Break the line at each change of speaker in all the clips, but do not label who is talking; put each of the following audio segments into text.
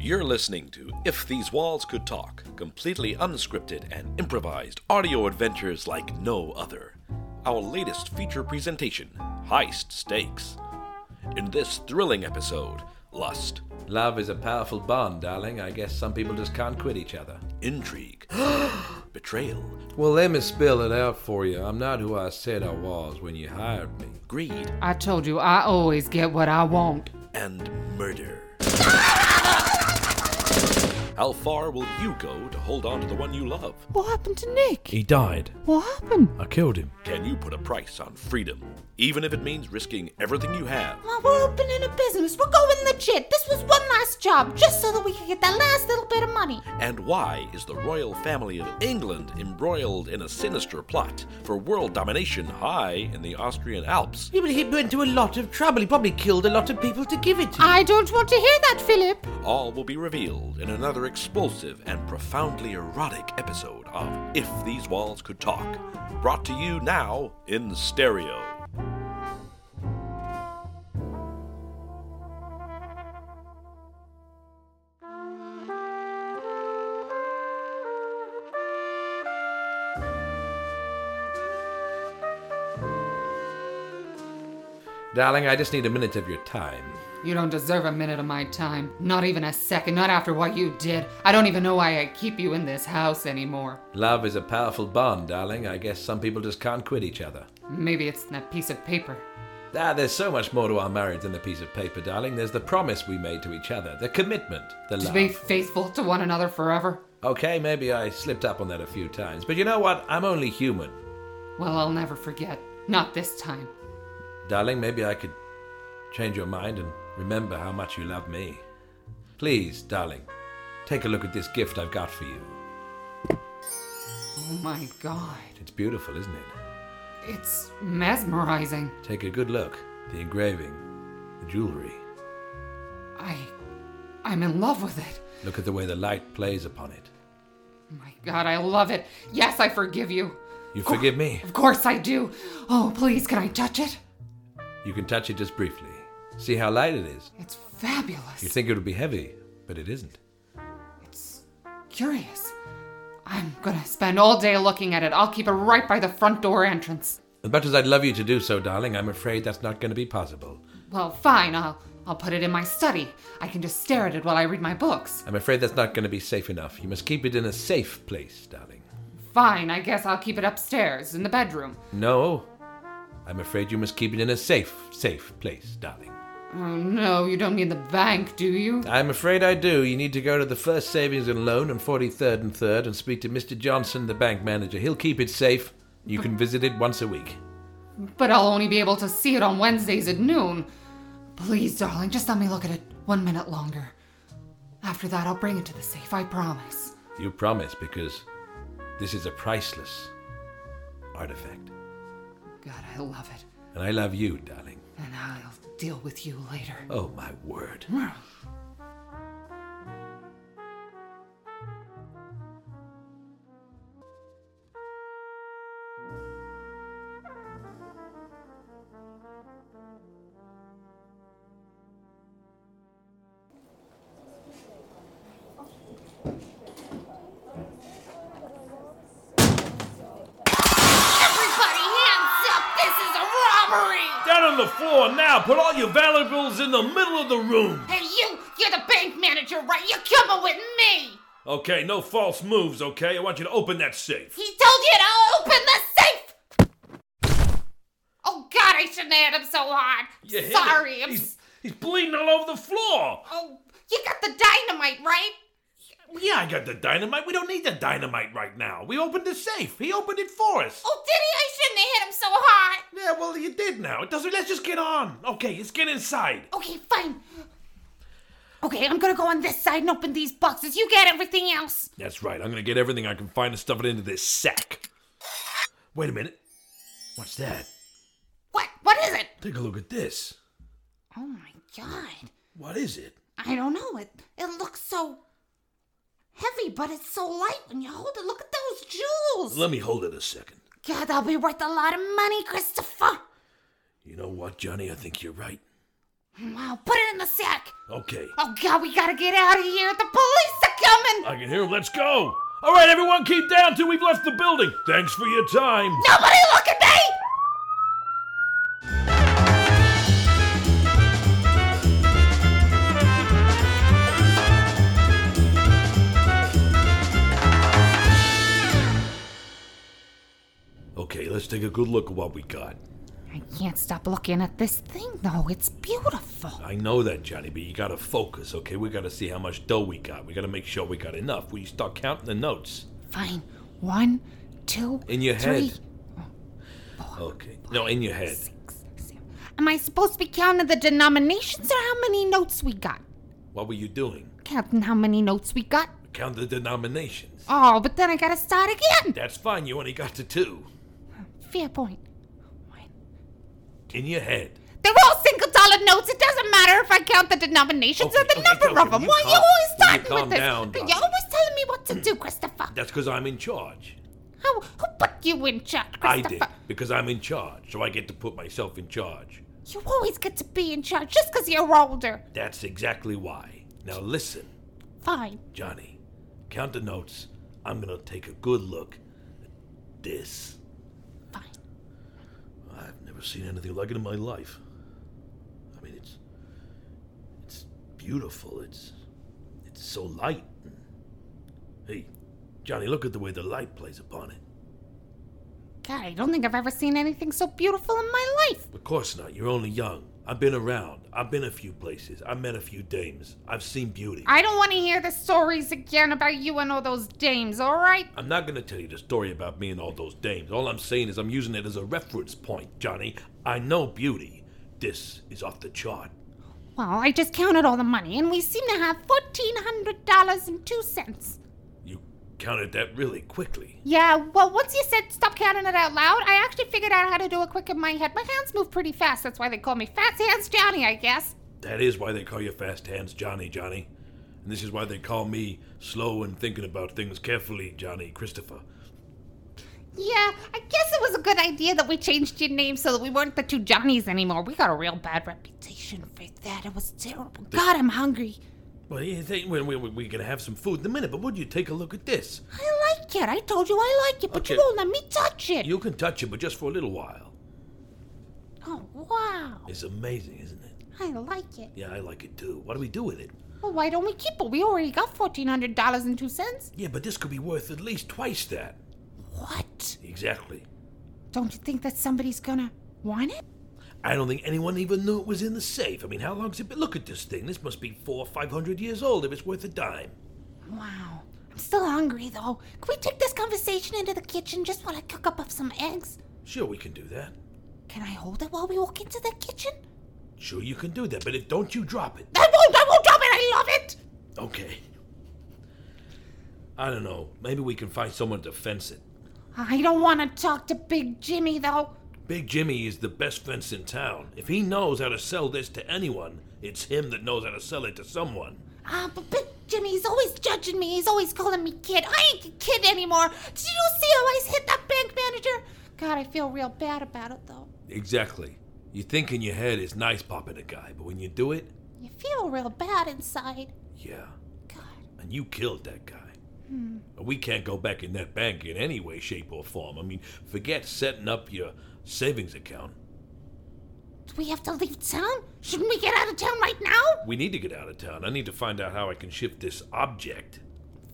You're listening to If These Walls Could Talk, completely unscripted and improvised audio adventures like no other. Our latest feature presentation, Heist Stakes. In this thrilling episode, lust,
Love is a powerful bond, darling. I guess some people just can't quit each other.
intrigue, betrayal,
Well, let me spell it out for you. I'm not who I said I was when you hired me.
greed,
I told you I always get what I want.
and murder. How far will you go to hold on to the one you love?
What happened to Nick?
He died.
What happened?
I killed him.
Can you put a price on freedom, even if it means risking everything you have?
Mom, we're opening a business. We're going legit. This was one last job just so that we could get that last little bit of money.
And why is the royal family of England embroiled in a sinister plot for world domination high in the Austrian Alps?
Yeah, but he went to a lot of trouble. He probably killed a lot of people to give it to.
I don't want to hear that, Philip.
All will be revealed in another explosive and profoundly erotic episode of If These Walls Could Talk, brought to you now in stereo.
Darling, I just need a minute of your time.
You don't deserve a minute of my time. Not even a second, not after what you did. I don't even know why I keep you in this house anymore.
Love is a powerful bond, darling. I guess some people just can't quit each other.
Maybe it's that piece of paper.
Ah, there's so much more to our marriage than the piece of paper, darling. There's the promise we made to each other, the commitment, the
To
love.
be faithful to one another forever.
Okay, maybe I slipped up on that a few times, but you know what? I'm only human.
Well, I'll never forget. Not this time.
Darling, maybe I could change your mind and remember how much you love me. Please, darling, take a look at this gift I've got for you.
Oh my god.
It's beautiful, isn't it?
It's mesmerizing.
Take a good look. The engraving, the jewelry.
I. I'm in love with it.
Look at the way the light plays upon it.
My god, I love it. Yes, I forgive you.
You forgive me?
Of course I do. Oh, please, can I touch it?
You can touch it just briefly. See how light it is.
It's fabulous.
You think it would be heavy, but it isn't.
It's curious. I'm gonna spend all day looking at it. I'll keep it right by the front door entrance.
As much as I'd love you to do so, darling, I'm afraid that's not going to be possible.
Well, fine. I'll I'll put it in my study. I can just stare at it while I read my books.
I'm afraid that's not going to be safe enough. You must keep it in a safe place, darling.
Fine. I guess I'll keep it upstairs in the bedroom.
No. I'm afraid you must keep it in a safe, safe place, darling.
Oh no, you don't mean the bank, do you?
I'm afraid I do. You need to go to the First Savings and Loan on 43rd and 3rd and speak to Mr. Johnson, the bank manager. He'll keep it safe. You can visit it once a week.
But I'll only be able to see it on Wednesdays at noon. Please, darling, just let me look at it one minute longer. After that, I'll bring it to the safe. I promise.
You promise, because this is a priceless artifact.
God, I love it,
And I love you, darling.
and I'll deal with you later.
Oh, my word.
Everybody, hands up. This is a robbery.
Down on the floor now! Put all your valuables in the middle of the room!
Hey, you, you're the bank manager, right? You're coming with me.
Okay, no false moves, okay? I want you to open that safe.
He told you to open the safe. Oh, God, I shouldn't have hit him so hard.
You hit him.
Sorry. I'm
He's, he's bleeding all over the floor!
Oh, you got the dynamite, right?
Yeah, I got the dynamite. We don't need the dynamite right now. We opened the safe. He opened it for us.
Oh, did he? I shouldn't have hit him so hard.
Yeah, well, you did now. It doesn't. Let's just get on. Okay, let's get inside.
Okay, fine. Okay, I'm gonna go on this side and open these boxes. You get everything else.
That's right. I'm gonna get everything I can find and stuff it into this sack. Wait a minute. What's that?
What? What is it?
Take a look at this.
Oh my god.
What is it?
I don't know. It it looks so heavy, but it's so light when you hold it. Look at those jewels.
Let me hold it a second.
God, that'll be worth a lot of money, Christopher.
You know what, Johnny? I think you're right.
Wow, put it in the sack.
Okay.
Oh god, we gotta get out of here. The police are coming.
I can hear him. Let's go. All right, everyone, keep down till we've left the building. Thanks for your time.
Nobody look at me.
Okay, let's take a good look at what we got.
I can't stop looking at this thing though. It's beautiful.
I know that, Johnny, but you gotta focus, okay? We gotta see how much dough we got. We gotta make sure we got enough. We start counting the notes.
Fine. One, two,
In your
three. Oh,
head. Okay. No, in your head.
Am I supposed to be counting the denominations or how many notes we got?
What were you doing?
Counting how many notes we got?
Count the denominations.
Oh, but then I gotta start again.
That's fine. You only got to two.
Fair point.
In your head.
They're all single dollar notes. It doesn't matter if I count the denominations or
Okay,
the
okay,
number
okay,
of
will
them.
you
Why are you
calm-
always
will you
starting
calm
with this?
down,
You're
Donna?
always telling me what to do, Christopher.
That's because I'm in charge.
How, who put you in charge,
I
Christopher?
did. Because I'm in charge. So I get to put myself in charge.
You always get to be in charge just because you're older.
That's exactly why. Now listen,
Fine.
Johnny. Count the notes. I'm gonna take a good look at this.
Fine.
I've never seen anything like it in my life. I mean, it's it's beautiful. It's it's so light. Hey, Johnny, look at the way the light plays upon it.
God, I don't think I've ever seen anything so beautiful in my life.
Of course not. You're only young. I've been around. I've been a few places. I've met a few dames. I've seen beauty.
I don't want to hear the stories again about you and all those dames, all right?
I'm not going to tell you the story about me and all those dames. All I'm saying is I'm using it as a reference point, Johnny. I know beauty. This is off the chart.
Well, I just counted all the money, and we seem to have $1,400.02.
You counted that really quickly.
Yeah, well, once you said stop counting it out loud, I actually figured out how to do it quick in my head. My hands move pretty fast, that's why they call me Fast Hands Johnny, I guess.
That is why they call you Fast Hands Johnny, Johnny. And this is why they call me slow and thinking about things carefully, Johnny Christopher.
Yeah, I guess it was a good idea that we changed your name so that we weren't the two Johnnies anymore. We got a real bad reputation for that. It was terrible. God, I'm hungry.
Well, you think we, we, we're going to have some food in a minute, but would you take a look at this?
I like it. I told you I like it, but you
Okay.
won't let me touch it.
You can touch it, but just for a little while.
Oh, wow.
It's amazing, isn't it?
I like it.
Yeah, I like it too. What do we do with it?
Well, why don't we keep it? We already got $1,400.02.
Yeah, but this could be worth at least twice that.
What?
Exactly.
Don't you think that somebody's gonna want it?
I don't think anyone even knew it was in the safe. I mean, how long's it been? Look at this thing. This must be four, five hundred years old if it's worth a dime.
Wow. I'm still hungry, though. Can we take this conversation into the kitchen just while I cook up up some eggs?
Sure, we can do that.
Can I hold it while we walk into the kitchen?
Sure, you can do that, but if don't you drop it.
I won't, I won't drop it. I love it.
Okay. I don't know. Maybe we can find someone to fence it.
I don't want to talk to Big Jimmy, though.
Big Jimmy is the best fence in town. If he knows how to sell this to anyone, it's him that knows how to sell it to someone.
Ah, but Big Jimmy's always judging me. He's always calling me kid. I ain't a kid anymore. Did you see how I hit that bank manager? God, I feel real bad about it, though.
Exactly. You think in your head it's nice popping a guy, but when you do it,
You feel real bad inside.
yeah.
God.
And you killed that guy. We can't go back in that bank in any way, shape, or form. I mean, forget setting up your savings account.
Do we have to leave town? Shouldn't we get out of town right now?
We need to get out of town. I need to find out how I can shift this object.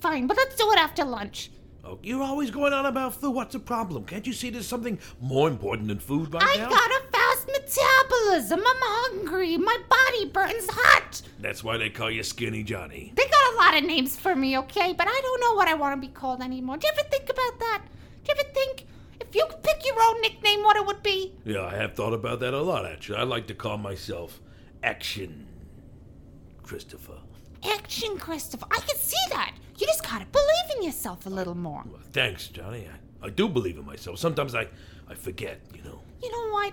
Fine, but let's do it after lunch.
Oh, you're always going on about food. What's the problem? Can't you see there's something more important than food right
I
now?
got a fast metabolism. I'm hungry. My body burns hot.
That's why they call you Skinny Johnny.
They got a lot of names for me, okay? But I don't know what I want to be called anymore. Do you ever think about that? Do you ever think if you could pick your own nickname, what it would be?
Yeah, I have thought about that a lot, actually. I like to call myself Action Christopher.
Action, Christopher. I can see that. You just gotta believe in yourself a little more.
Well, thanks, Johnny. I, I do believe in myself. Sometimes I, I forget, you know.
You know what?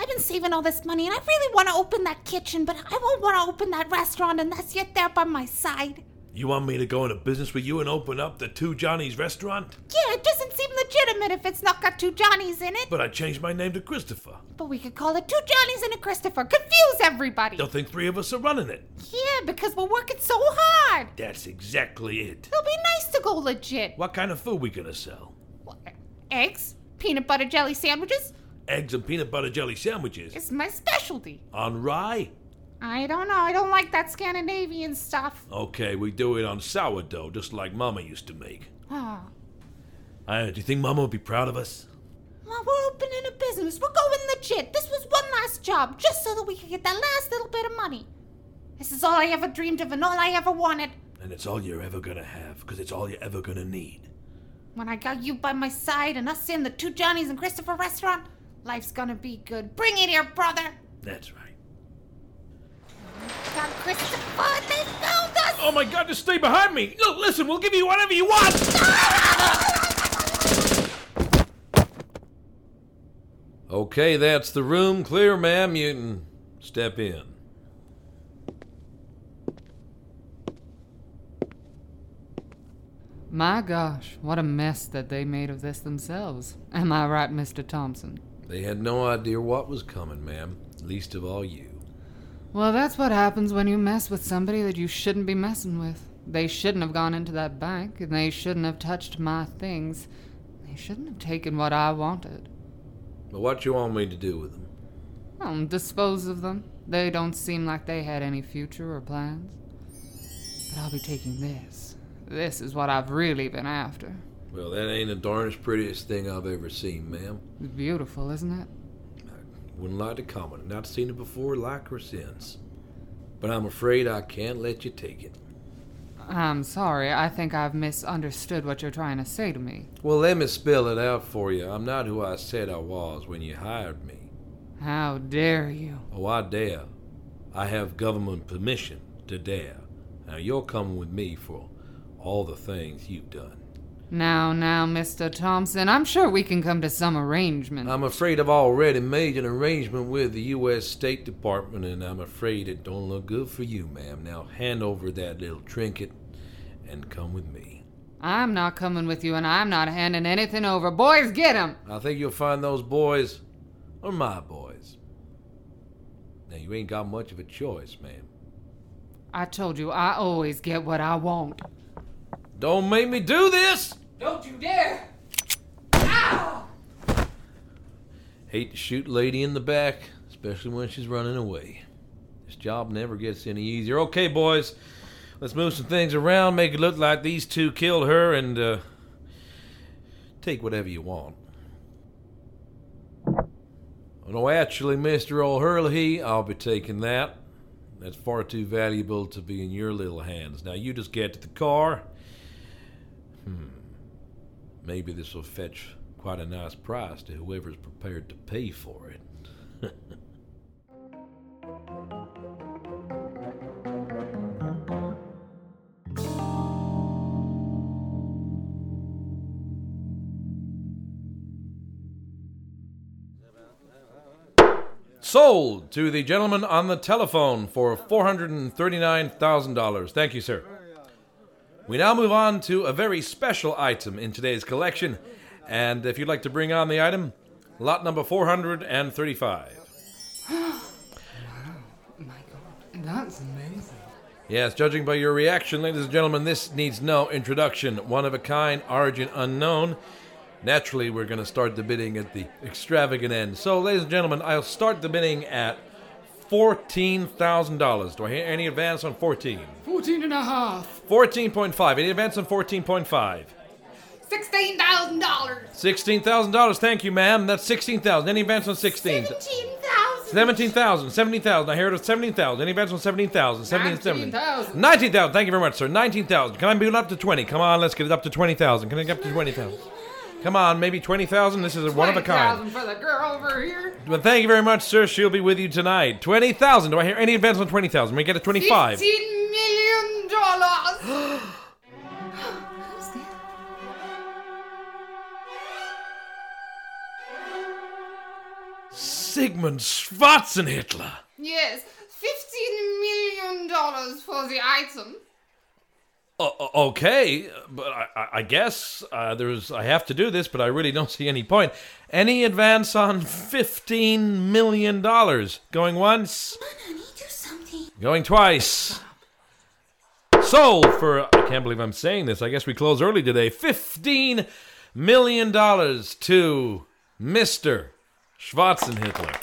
I've been saving all this money and I really want to open that kitchen, but I won't want to open that restaurant unless you're there by my side.
You want me to go into business with you and open up the Two Johnny's restaurant?
Yeah, it doesn't seem
legitimate if it's not got two Johnnies in it.
But I changed my name to Christopher.
But we could call it Two Johnnies and a Christopher. Confuse everybody.
They'll think three of us are running it.
Yeah, because we're working so hard.
That's exactly it.
It'll be nice to go legit.
What kind of food we gonna sell?
What? Eggs, peanut butter jelly sandwiches.
Eggs and peanut butter jelly sandwiches.
It's my specialty.
On rye?
I don't know. I don't like that Scandinavian stuff.
Okay, we do it on sourdough, just like Mama used to make.
Oh.
Uh, do you think Mama would be proud of us?
Well, we're opening a business. We're going legit. This was one last job, just so that we could get that last little bit of money. This is all I ever dreamed of and all I ever wanted.
And it's all you're ever gonna have, because it's all you're ever gonna need.
When I got you by my side and us in the Two Johnnies and Christopher restaurant, life's gonna be good. Bring it here, brother.
That's right.
Got Christopher, they found us.
Oh my god, just stay behind me! No, listen, we'll give you whatever you want!
Okay, that's the room clear, ma'am. You can step in.
My gosh, what a mess that they made of this themselves. Am I right, Mr. Thompson?
They had no idea what was coming, ma'am. Least of all you.
Well, that's what happens when you mess with somebody that you shouldn't be messing with. They shouldn't have gone into that bank, and they shouldn't have touched my things. They shouldn't have taken what I wanted.
But what you want me to do with them?
Um, dispose of them. They don't seem like they had any future or plans. But I'll be taking this. This is what I've really been after.
Well, that ain't the darnest prettiest thing I've ever seen, ma'am.
It's beautiful, isn't it?
Wouldn't like to comment. Not seen it before, like her since. But I'm afraid I can't let you take it.
I'm sorry, I think I've misunderstood what you're trying to say to me.
Well, let me spell it out for you. I'm not who I said I was when you hired me.
How dare you?
Oh, I dare. I have government permission to dare. Now, you're coming with me for all the things you've done.
Now, now, Mr. Thompson, I'm sure we can come to some arrangement.
I'm afraid I've already made an arrangement with the U.S. State Department, and I'm afraid it don't look good for you, ma'am. Now, hand over that little trinket and come with me.
I'm not coming with you, and I'm not handing anything over. Boys, get him!
I think you'll find those boys are my boys. Now, you ain't got much of a choice, ma'am.
I told you, I always get what I want.
Don't make me do this!
Don't you dare!
Hate to shoot lady in the back, especially when she's running away. This job never gets any easier. Okay, boys, let's move some things around, make it look like these two killed her, and uh, take whatever you want. Oh, no, actually, Mr. O'Hurley, I'll be taking that. That's far too valuable to be in your little hands. Now, you just get to the car. Maybe this will fetch quite a nice price to whoever's prepared to pay for it. Sold to the gentleman on the telephone for $439,000. Thank you, sir. We now move on to a very special item in today's collection. And if you'd like to bring on the item, lot number 435.
My god, that's amazing.
Yes, judging by your reaction, ladies and gentlemen, this needs no introduction. One of a kind, origin unknown. Naturally, we're going to start the bidding at the extravagant end. So, ladies and gentlemen, I'll start the bidding at $14,000. Do I hear any advance on 14?
Fourteen and a half.
14.5. Any advance on 14.5?
Sixteen thousand dollars.
Sixteen thousand dollars. Thank you, ma'am. That's sixteen thousand. Any advance on sixteen?
17,000.
Seventeen thousand. Seventeen thousand. I hear it was seventeen thousand. Any advance on seventeen thousand? Seventeen seventeen.
19,000.
Nineteen thousand. Thank you very much, sir. Nineteen thousand. Can I build up to twenty? Come on, let's get it up to twenty thousand. Can I get up to twenty thousand? Come on, maybe twenty thousand. This is a one of a kind.
for the girl over here.
Well, thank you very much, sir. She'll be with you tonight. Twenty thousand. Do I hear any advance on twenty thousand? We get a twenty-five.
Fifteen million dollars. Who's that?
Sigmund Schwarzenhitler!
Yes, fifteen million dollars for the item.
Uh, uh, okay, but I, I- I guess uh, there's. I have to do this, but I really don't see any point. Any advance on fifteen million dollars? Going once,
Honey, do something.
going twice. Sold for. I can't believe I'm saying this. I guess we close early today. Fifteen million dollars to Mister Schwarzenhitler.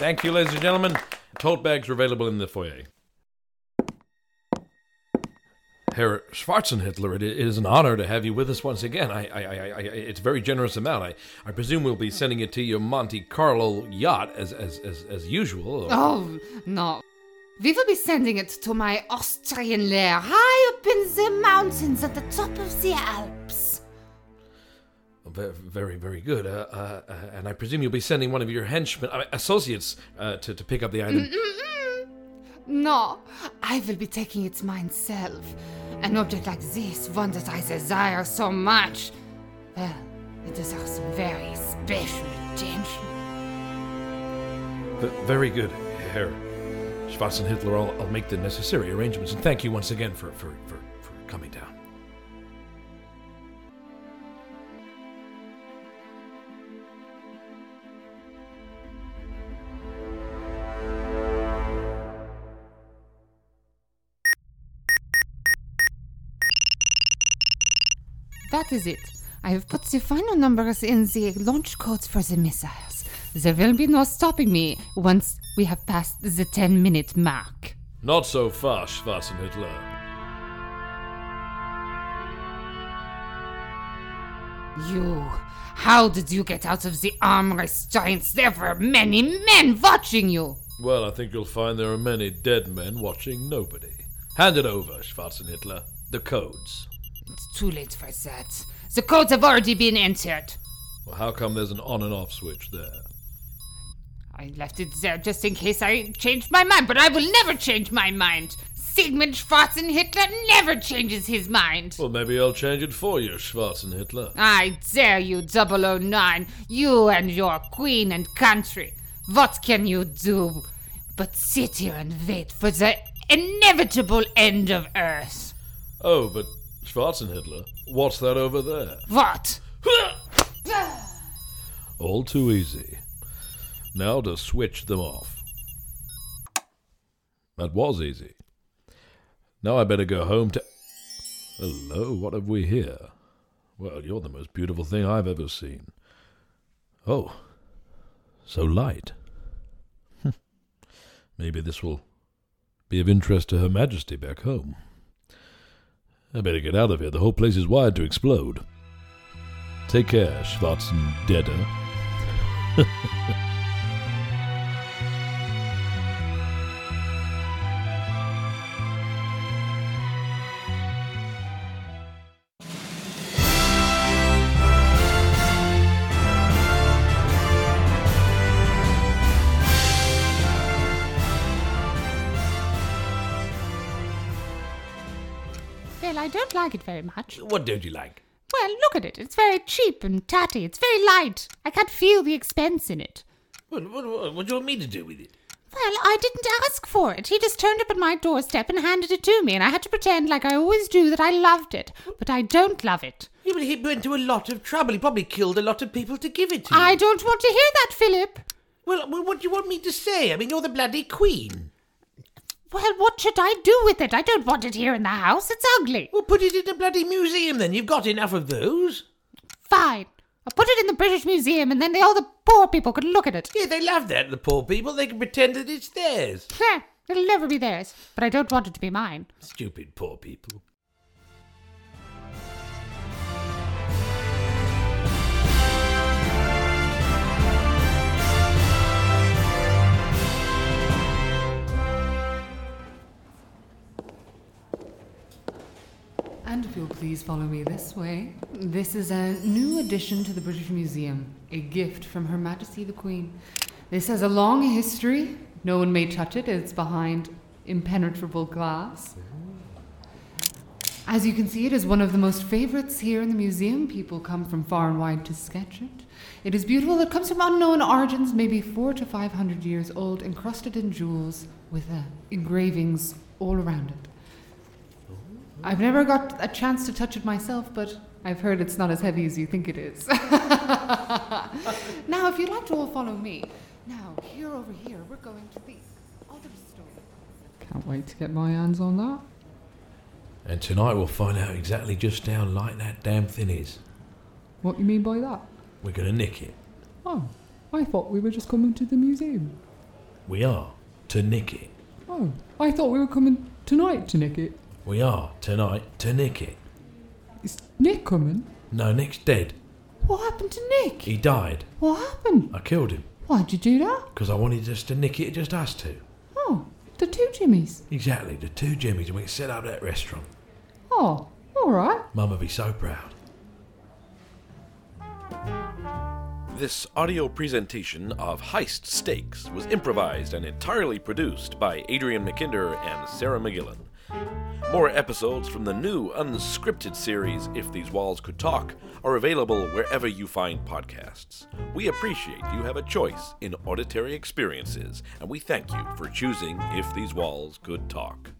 Thank you, ladies and gentlemen. Tote bags are available in the foyer. Herr Schwarzenhitler, it it is an honor to have you with us once again. I, I, I, I it's a very generous amount. I, I presume we'll be sending it to your Monte Carlo yacht as, as, as, as usual.
Oh, no. We will be sending it to my Austrian lair high up in the mountains at the top of the Alps.
Ve- Very, very good. Uh, uh, uh, and I presume you'll be sending one of your henchmen, I mean, associates, uh, to, to pick up the item.
Mm-hmm. No, I will be taking it myself. An object like this, one that I desire so much, well, it deserves very special attention.
Ve- very good, Herr Schwarzenhitler. I'll, I'll make the necessary arrangements. And thank you once again for, for, for, for coming down.
That is it. I have put the final numbers in the launch codes for the missiles. There will be no stopping me once we have passed the 10 minute mark.
Not so fast, Schwarzenhitler.
You. How did you get out of the armless giants? There were many men watching you!
Well, I think you'll find there are many dead men watching nobody. Hand it over, Schwarzenhitler. The codes.
It's too late for that. The codes have already been entered.
Well, how come there's an on and off switch there?
I left it there just in case I changed my mind, but I will never change my mind. Sigmund Schwarzenhitler never changes his mind.
Well, maybe I'll change it for you, Schwarzenhitler.
I dare you, 009, you and your queen and country. What can you do but sit here and wait for the inevitable end of Earth?
Oh, but Schwarzenhitler, what's that over there?
What?
All too easy. Now to switch them off. That was easy. Now I better go home to. Hello, what have we here? Well, you're the most beautiful thing I've ever seen. Oh, so light. Hmm. Maybe this will be of interest to Her Majesty back home. I better get out of here. The whole place is wired to explode. Take care, Schwarzen Deader.
Well, I don't like it very much.
What don't you like?
Well, look at it. It's very cheap and tatty. It's very light. I can't feel the expense in it.
What, what, what, what do you want me to do with it?
Well, I didn't ask for it. He just turned up at my doorstep and handed it to me, and I had to pretend, like I always do, that I loved it. But I don't love it.
Yeah, but he went to a lot of trouble. He probably killed a lot of people to give it to.
I
you.
don't want to hear that, Philip.
Well, well, what do you want me to say? I mean, you're the bloody queen.
Well, what should I do with it? I don't want it here in the house. It's ugly.
Well, put it in a bloody museum then. You've got enough of those.
Fine. I'll put it in the British Museum, and then all the poor people could look at it.
Yeah, they love that, the poor people. They can pretend that it's theirs.
Heh, It'll never be theirs, but I don't want it to be mine.
Stupid poor people.
And if you'll please follow me this way, this is a new addition to the British Museum, a gift from Her Majesty the Queen. This has a long history. No one may touch it, it's behind impenetrable glass. As you can see, it is one of the most favorites here in the museum. People come from far and wide to sketch it. It is beautiful. It comes from unknown origins, maybe four to five hundred years old, encrusted in jewels with uh, engravings all around it. I've never got a chance to touch it myself, but I've heard it's not as heavy as you think it is. now, if you'd like to all follow me, now, here over here, we're going to the other store. Can't wait to get my hands on that.
And tonight we'll find out exactly just how light that damn thing is.
What you mean by that?
We're gonna nick it.
Oh, I thought we were just coming to the museum.
We are to nick it.
Oh, I thought we were coming tonight to nick it.
We are tonight to nick it.
Is Nick coming?
No, Nick's dead.
What happened to Nick?
He died.
What happened?
I killed him
Why'd you do that?
because I wanted us to nick it, just us two.
Oh, the two Jimmies.
Exactly, the two Jimmies, and we can set up that restaurant.
Oh, all right.
Mum would be so proud.
This audio presentation of Heist Stakes was improvised and entirely produced by Adrian McKinder and Sarah McGillan. More episodes from the new unscripted series, If These Walls Could Talk, are available wherever you find podcasts. We appreciate you have a choice in auditory experiences, and we thank you for choosing If These Walls Could Talk.